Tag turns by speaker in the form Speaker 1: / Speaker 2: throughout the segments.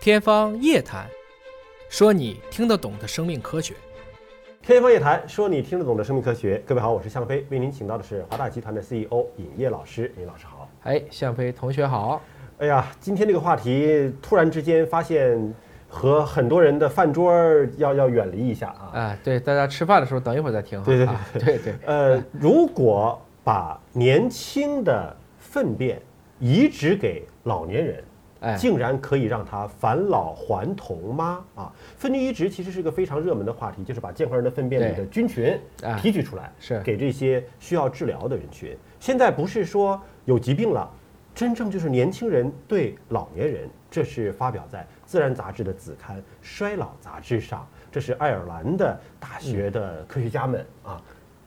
Speaker 1: 天方夜谭，说你听得懂的生命科学。
Speaker 2: 天方夜谭，说你听得懂的生命科学。各位好，我是向飞，为您请到的是华大集团的 CEO 尹烨老师。尹老师好。
Speaker 1: 哎，向飞同学好。
Speaker 2: 哎呀，今天这个话题突然之间发现和很多人的饭桌儿要要远离一下啊。
Speaker 1: 啊，对，大家吃饭的时候等一会儿再听哈。
Speaker 2: 对对
Speaker 1: 啊对对，
Speaker 2: 呃，如果把年轻的粪便移植给老年人，
Speaker 1: 哎，
Speaker 2: 竟然可以让他返老还童吗？啊，粪菌移植其实是个非常热门的话题，就是把健康人的粪便里
Speaker 1: 对
Speaker 2: 的菌群
Speaker 1: 啊
Speaker 2: 提取出来，
Speaker 1: 是
Speaker 2: 给这些需要治疗的人群。现在不是说有疾病了，真正就是年轻人对老年人，这是发表在《自然》杂志的子刊《衰老》杂志上，这是爱尔兰的大学的科学家们啊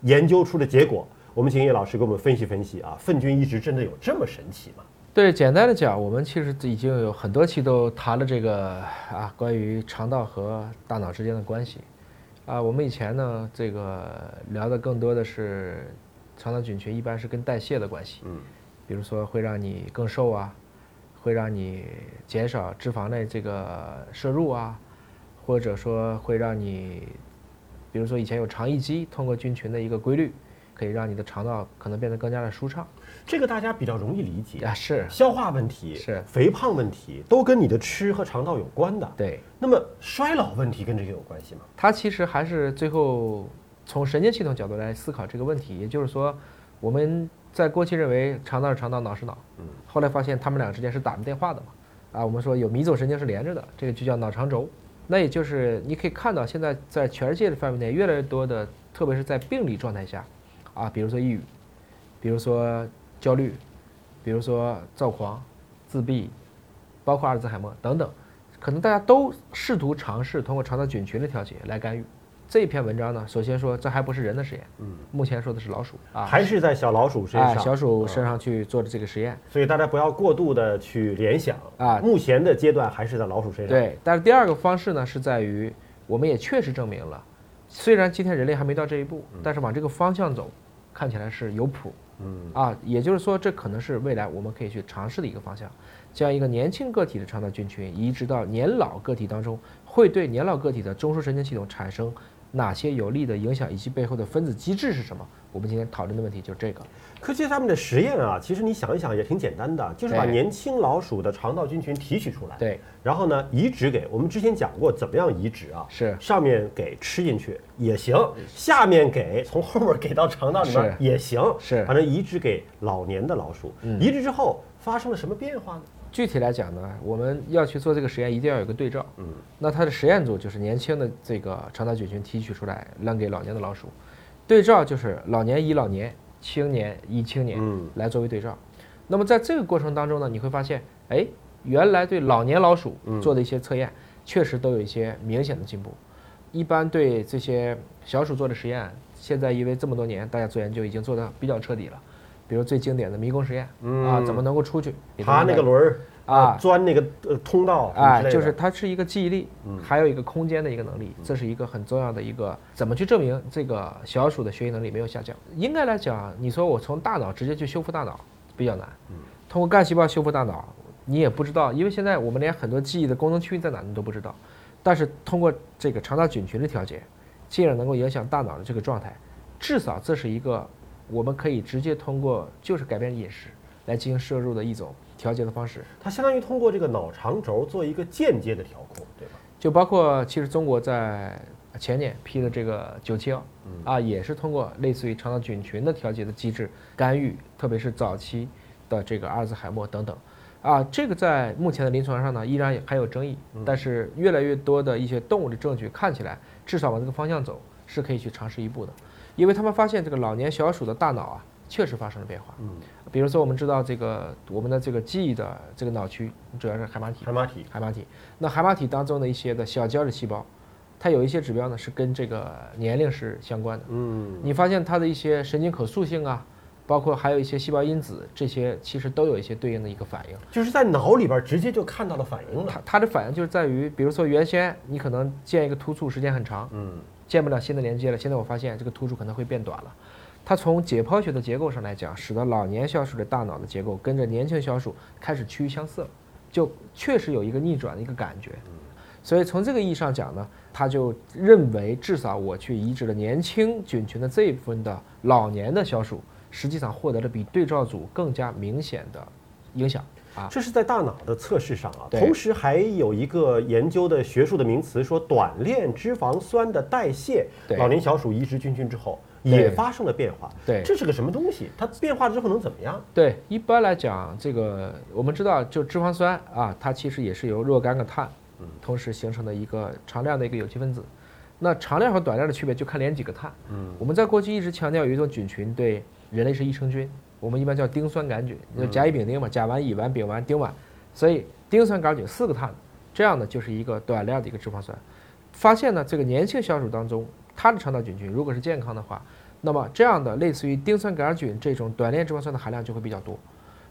Speaker 2: 研究出的结果。我们请叶老师给我们分析分析啊，粪菌移植真的有这么神奇吗？
Speaker 1: 对，简单的讲，我们其实已经有很多期都谈了这个啊，关于肠道和大脑之间的关系。啊，我们以前呢，这个聊的更多的是肠道菌群一般是跟代谢的关系，
Speaker 2: 嗯，
Speaker 1: 比如说会让你更瘦啊，会让你减少脂肪的这个摄入啊，或者说会让你，比如说以前有肠易激，通过菌群的一个规律，可以让你的肠道可能变得更加的舒畅
Speaker 2: 这个大家比较容易理解
Speaker 1: 啊，是
Speaker 2: 消化问题、
Speaker 1: 是
Speaker 2: 肥胖问题，都跟你的吃和肠道有关的。
Speaker 1: 对。
Speaker 2: 那么衰老问题跟这个有关系吗？
Speaker 1: 它其实还是最后从神经系统角度来思考这个问题，也就是说，我们在过去认为肠道是肠道，脑是脑，
Speaker 2: 嗯，
Speaker 1: 后来发现它们俩之间是打不电话的嘛，啊，我们说有迷走神经是连着的，这个就叫脑肠轴。那也就是你可以看到，现在在全世界的范围内，越来越多的，特别是在病理状态下，啊，比如说抑郁，比如说焦虑，比如说躁狂、自闭，包括阿尔兹海默等等，可能大家都试图尝试通过肠道菌群的调节来干预。这篇文章呢，首先说这还不是人的实验，
Speaker 2: 嗯，
Speaker 1: 目前说的是老鼠啊，
Speaker 2: 还是在小老鼠身
Speaker 1: 哎
Speaker 2: 上。
Speaker 1: 小鼠
Speaker 2: 嗯
Speaker 1: 身上去做的这个实验。
Speaker 2: 所以大家不要过度的去联想
Speaker 1: 啊
Speaker 2: 目前的阶段还是在老鼠身上。，
Speaker 1: 对，但是第二个方式呢，是在于我们也确实证明了，虽然今天人类还没到这一步，但是往这个方向走，看起来是有谱
Speaker 2: 嗯，
Speaker 1: 啊。也就是说，这可能是未来我们可以去尝试的一个方向，将一个年轻个体的肠道菌群移植到年老个体当中，会对年老个体的中枢神经系统产生哪些有利的影响，以及背后的分子机制是什么？我们今天讨论的问题就是这个。
Speaker 2: 科学家们的实验啊，其实你想一想也挺简单的，就是把
Speaker 1: 对
Speaker 2: 年轻老鼠的肠道菌群提取出来，
Speaker 1: 对，
Speaker 2: 然后呢移植给我们之前讲过怎么样移植啊。
Speaker 1: 是
Speaker 2: 上面给吃进去也行，下面给从后面给到肠道里面
Speaker 1: 是
Speaker 2: 也行，
Speaker 1: 是嗯
Speaker 2: 反正移植给老年的老鼠。移植之后发生了什么变化呢？
Speaker 1: 具体来讲呢，我们要去做这个实验，一定要有个对照。
Speaker 2: 嗯，
Speaker 1: 那它的实验组就是年轻的这个肠道菌群提取出来，扔给老年的老鼠，对照就是老年以老年，青年以青年，
Speaker 2: 嗯，
Speaker 1: 来作为对照。那么在这个过程当中呢，你会发现，哎，原来对老年老鼠
Speaker 2: 嗯
Speaker 1: 做的一些测验，确实都有一些明显的进步。一般对这些小鼠做的实验，现在因为这么多年大家做研究已经做得比较彻底了，比如最经典的迷宫实验、啊，怎么能够出去？也都
Speaker 2: 嗯爬
Speaker 1: 能
Speaker 2: 那
Speaker 1: 够
Speaker 2: 个轮儿
Speaker 1: 啊
Speaker 2: 钻那个呃通道什么
Speaker 1: 啊
Speaker 2: 之，类的嗯
Speaker 1: 就是它是一个记忆力，还有一个空间的一个能力，这是一个很重要的一个怎么去证明这个小鼠的学习能力没有下降？应该来讲，你说我从大脑直接去修复大脑比较难，
Speaker 2: 嗯
Speaker 1: 通过干细胞修复大脑，你也不知道，因为现在我们连很多记忆的功能区域在哪你都不知道，但是通过这个肠道菌群的调节，进而能够影响大脑的这个状态，至少这是一个我们可以直接通过就是改变饮食来进行摄入的一种调节的方式。
Speaker 2: 它相当于通过这个脑肠轴做一个间接的调控，对吧？
Speaker 1: 就包括其实中国在前年批的这个九七幺，啊，也是通过类似于肠道菌群的调节的机制干预，特别是早期的这个阿尔兹海默等等，啊，这个在目前的临床上呢，依然也还有争议，但是越来越多的一些动物的证据看起来，至少往这个方向走是可以去尝试一步的，因为他们发现这个老年小鼠的大脑啊，确实发生了变化，
Speaker 2: 嗯，
Speaker 1: 比如说我们知道这个我们的这个记忆的这个脑区主要是海马体，
Speaker 2: 海马体
Speaker 1: 海马体。那海马体当中的一些的小胶质细胞，它有一些指标呢是跟这个年龄是相关的。
Speaker 2: 嗯，
Speaker 1: 你发现它的一些神经可塑性啊，包括还有一些细胞因子，这些其实都有一些对应的一个反应。
Speaker 2: 就是在脑里边直接就看到了反应了。
Speaker 1: 它它的反应就是在于，比如说原先你可能建一个突触时间很长，
Speaker 2: 嗯，
Speaker 1: 建不了新的连接了。现在我发现这个突触可能会变短了。它从解剖学的结构上来讲，使得老年小鼠的大脑的结构跟着年轻小鼠开始趋于相似了，就确实有一个逆转的一个感觉。所以从这个意义上讲呢，他就认为至少我去移植了年轻菌群的这一部分的老年的小鼠，实际上获得了比对照组更加明显的影响啊。
Speaker 2: 这是在大脑的测试上啊，
Speaker 1: 对
Speaker 2: 同时还有一个研究的学术的名词说，短链脂肪酸的代谢，
Speaker 1: 对
Speaker 2: 老年小鼠移植菌群之后
Speaker 1: 对
Speaker 2: 也发生了变化。
Speaker 1: 对
Speaker 2: 这是个什么东西？它变化之后能怎么样？
Speaker 1: 对，一般来讲，这个我们知道，就脂肪酸啊，它其实也是由若干个碳，同时形成的一个常量的一个有机分子。那常量和短量的区别就看连几个碳。嗯，我们在过去一直强调有一种菌群对人类是益生菌，我们一般叫丁酸杆菌，就甲乙丙丁嘛，甲烷、乙烷、丙烷、丁烷，所以丁酸杆菌四个碳，这样呢就是一个短量的一个脂肪酸。发现呢，这个年轻小鼠当中，它的肠道菌群如果是健康的话，那么这样的类似于丁酸杆菌这种短链脂肪酸的含量就会比较多。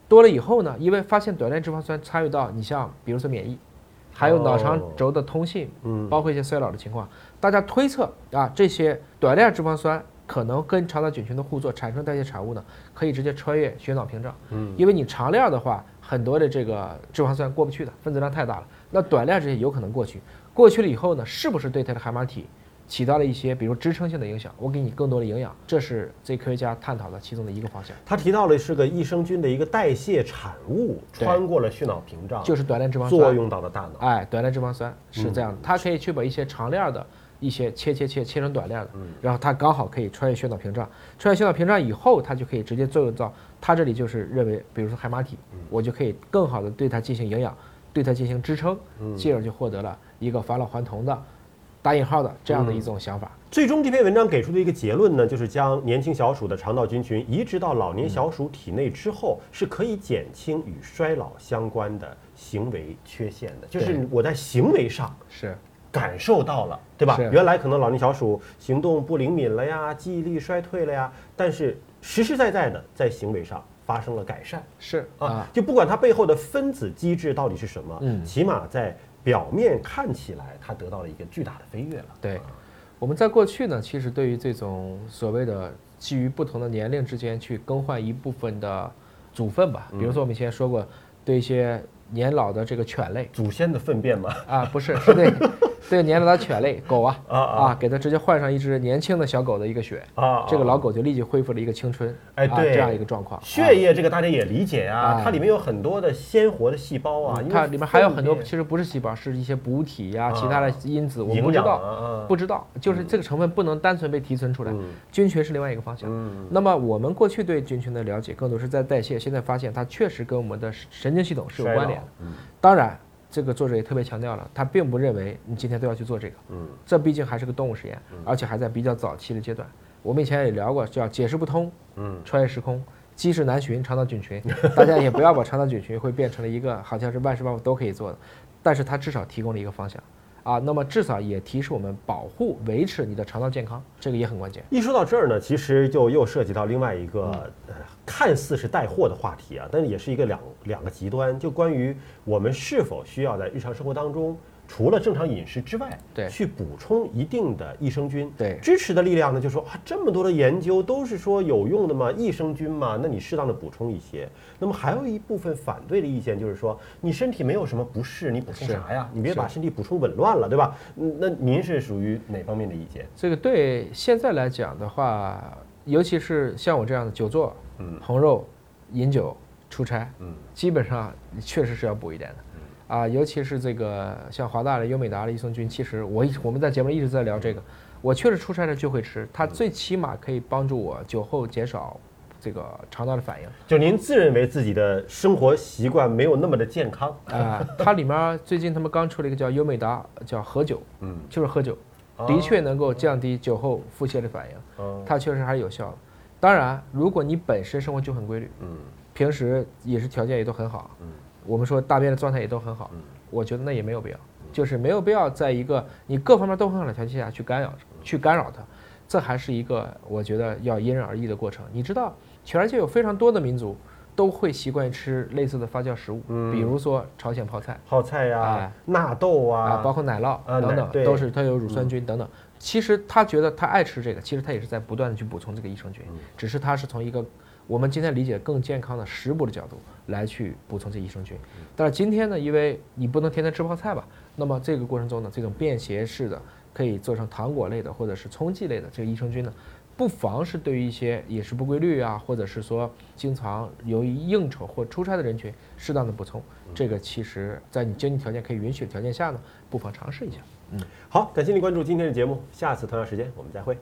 Speaker 1: 多了以后呢，因为发现短链脂肪酸参与到你像比如说免疫，还有脑肠
Speaker 2: 哦
Speaker 1: 轴的通信，
Speaker 2: 嗯，
Speaker 1: 包括一些衰老的情况，大家推测啊，这些短链脂肪酸可能跟肠道菌群的互作产生的代谢产物呢，可以直接穿越血脑屏障。
Speaker 2: 嗯，
Speaker 1: 因为你长链的话，很多的这个脂肪酸过不去的，分子量太大了。那短链这些有可能过去，过去了以后呢，是不是对它的海马体起到了一些，比如支撑性的影响？我给你更多的营养，这是这科学家探讨的其中的一个方向，
Speaker 2: 它提到了是个益生菌的一个代谢产物，
Speaker 1: 对
Speaker 2: 穿过了血脑屏障，
Speaker 1: 就是短链脂肪酸
Speaker 2: 作用到了大脑。
Speaker 1: 哎，短链脂肪酸是这样的，它可以去把一些长链儿的一些切切切切成短链儿的，然后它刚好可以穿越血脑屏障，穿越血脑屏障以后，它就可以直接作用到它这里，就是认为，比如说海马体，我就可以更好的对它进行营养，对它进行支撑，进而就获得了一个返老还童的打引号的这样的一种想法。
Speaker 2: 最终这篇文章给出的一个结论呢，就是将年轻小鼠的肠道菌群移植到老年小鼠体内之后，是可以减轻与衰老相关的行为缺陷的。就是
Speaker 1: 对
Speaker 2: 我在行为上
Speaker 1: 嗯是，
Speaker 2: 感受到了，对吧？
Speaker 1: 是
Speaker 2: 原来可能老年小鼠行动不灵敏了呀，记忆力衰退了呀，但是实实在在的在行为上发生了改善。
Speaker 1: 是
Speaker 2: 啊
Speaker 1: 啊，，
Speaker 2: 就不管它背后的分子机制到底是什么，
Speaker 1: 嗯
Speaker 2: 起码在表面看起来，它得到了一个巨大的飞跃了。
Speaker 1: 对，我们在过去呢，其实对于这种所谓的基于不同的年龄之间去更换一部分的组分吧，比如说我们以前说过，对一些年老的这个犬类
Speaker 2: 祖先的粪便嘛，
Speaker 1: 啊，不是，是 对对年老的犬类狗啊
Speaker 2: 啊啊
Speaker 1: 给它直接换上一只年轻的小狗的一个血，
Speaker 2: 啊，
Speaker 1: 这个
Speaker 2: 啊
Speaker 1: 老狗就立即恢复了一个青春，
Speaker 2: 哎
Speaker 1: 啊
Speaker 2: 对
Speaker 1: 这样一个状况，啊
Speaker 2: 血液这个大家也理解啊，
Speaker 1: 啊嗯
Speaker 2: 它里面有很多的鲜活的细胞啊，因为
Speaker 1: 它里面还有很多
Speaker 2: 粪
Speaker 1: 其实不是细胞，是一些补体呀、
Speaker 2: 啊
Speaker 1: 其他的因子，我
Speaker 2: 便
Speaker 1: 们不知
Speaker 2: 营
Speaker 1: 道
Speaker 2: 养，啊，嗯
Speaker 1: 不知道，就是这个成分不能单纯被提纯出来，菌群是另外一个方向。那么我们过去对菌群的了解更多是在代谢，现在发现它确实跟我们的神经系统是有关联的。当然，这个作者也特别强调了，他并不认为你今天都要去做这个，
Speaker 2: 嗯
Speaker 1: 这毕竟还是个动物实验，而且还在比较早期的阶段。我们以前也聊过，叫解释不通，
Speaker 2: 嗯，
Speaker 1: 穿越时空。机制难寻，肠道菌群， 大家也不要把肠道菌群会变成了一个好像是万事万物都可以做的，但是它至少提供了一个方向。啊，那么至少也提示我们保护、维持你的肠道健康，这个也很关键。
Speaker 2: 一说到这儿呢，其实就又涉及到另外一个、
Speaker 1: 嗯
Speaker 2: 呃看似是带货的话题啊，但是也是一个两两个极端，就关于我们是否需要在日常生活当中，除了正常饮食之外，
Speaker 1: 对
Speaker 2: 去补充一定的益生菌。
Speaker 1: 对
Speaker 2: 支持的力量呢，就说啊，这么多的研究都是说有用的嘛，益生菌嘛，那你适当的补充一些。那么还有一部分反对的意见就是说，你身体没有什么不适，你补充
Speaker 1: 是
Speaker 2: 啥呀？你别
Speaker 1: 是
Speaker 2: 把身体补充紊乱了，对吧？嗯那您是属于哪方面的意见？
Speaker 1: 这个对现在来讲的话，尤其是像我这样的久坐、
Speaker 2: 嗯
Speaker 1: 红肉、饮酒、出差，
Speaker 2: 嗯，
Speaker 1: 基本上确实是要补一点的。啊，尤其是这个像华大的、优美达的益生菌，其实我一直我们在节目里一直在聊这个，我确实出差的就会吃，
Speaker 2: 嗯
Speaker 1: 它最起码可以帮助我酒后减少这个肠道的反应。
Speaker 2: 就您自认为自己的生活习惯没有那么的健康，
Speaker 1: 啊、它里面儿最近他们刚出了一个叫优美达，叫合酒，
Speaker 2: 嗯，
Speaker 1: 就是喝酒，
Speaker 2: 哦
Speaker 1: 的确能够降低酒后腹泻的反应，
Speaker 2: 嗯
Speaker 1: 它确实还是有效的。当然，如果你本身生活就很规律，
Speaker 2: 嗯，
Speaker 1: 平时饮食条件也都很好，
Speaker 2: 嗯，
Speaker 1: 我们说大便的状态也都很好，我觉得那也没有必要，就是没有必要在一个你各方面都很好的条件下去干扰去干扰它，这还是一个我觉得要因人而异的过程。你知道，全世界有非常多的民族都会习惯吃类似的发酵食物，比如说朝鲜泡菜。
Speaker 2: 泡菜呀、
Speaker 1: 嗯哎
Speaker 2: 纳豆
Speaker 1: 啊，
Speaker 2: 啊，
Speaker 1: 包括奶酪
Speaker 2: 啊
Speaker 1: 等
Speaker 2: 奶
Speaker 1: 等，
Speaker 2: 对嗯
Speaker 1: 都是它有乳酸菌等等。
Speaker 2: 嗯
Speaker 1: 其实他觉得他爱吃这个，其实他也是在不断的去补充这个益生菌，只是他是从一个我们今天理解更健康的食补的角度来去补充这益生菌。
Speaker 2: 嗯
Speaker 1: 但是今天呢，因为你不能天天吃泡菜吧，那么这个过程中呢，这种便携式的可以做成糖果类的或者是冲剂类的这个益生菌呢，不妨是对于一些饮食不规律啊，或者是说经常由于应酬或出差的人群适当的补充。
Speaker 2: 嗯
Speaker 1: 这个其实在你经济条件可以允许的条件下呢，不妨尝试一下。
Speaker 2: 好，感谢您关注今天的节目，下次同样时间我们再会。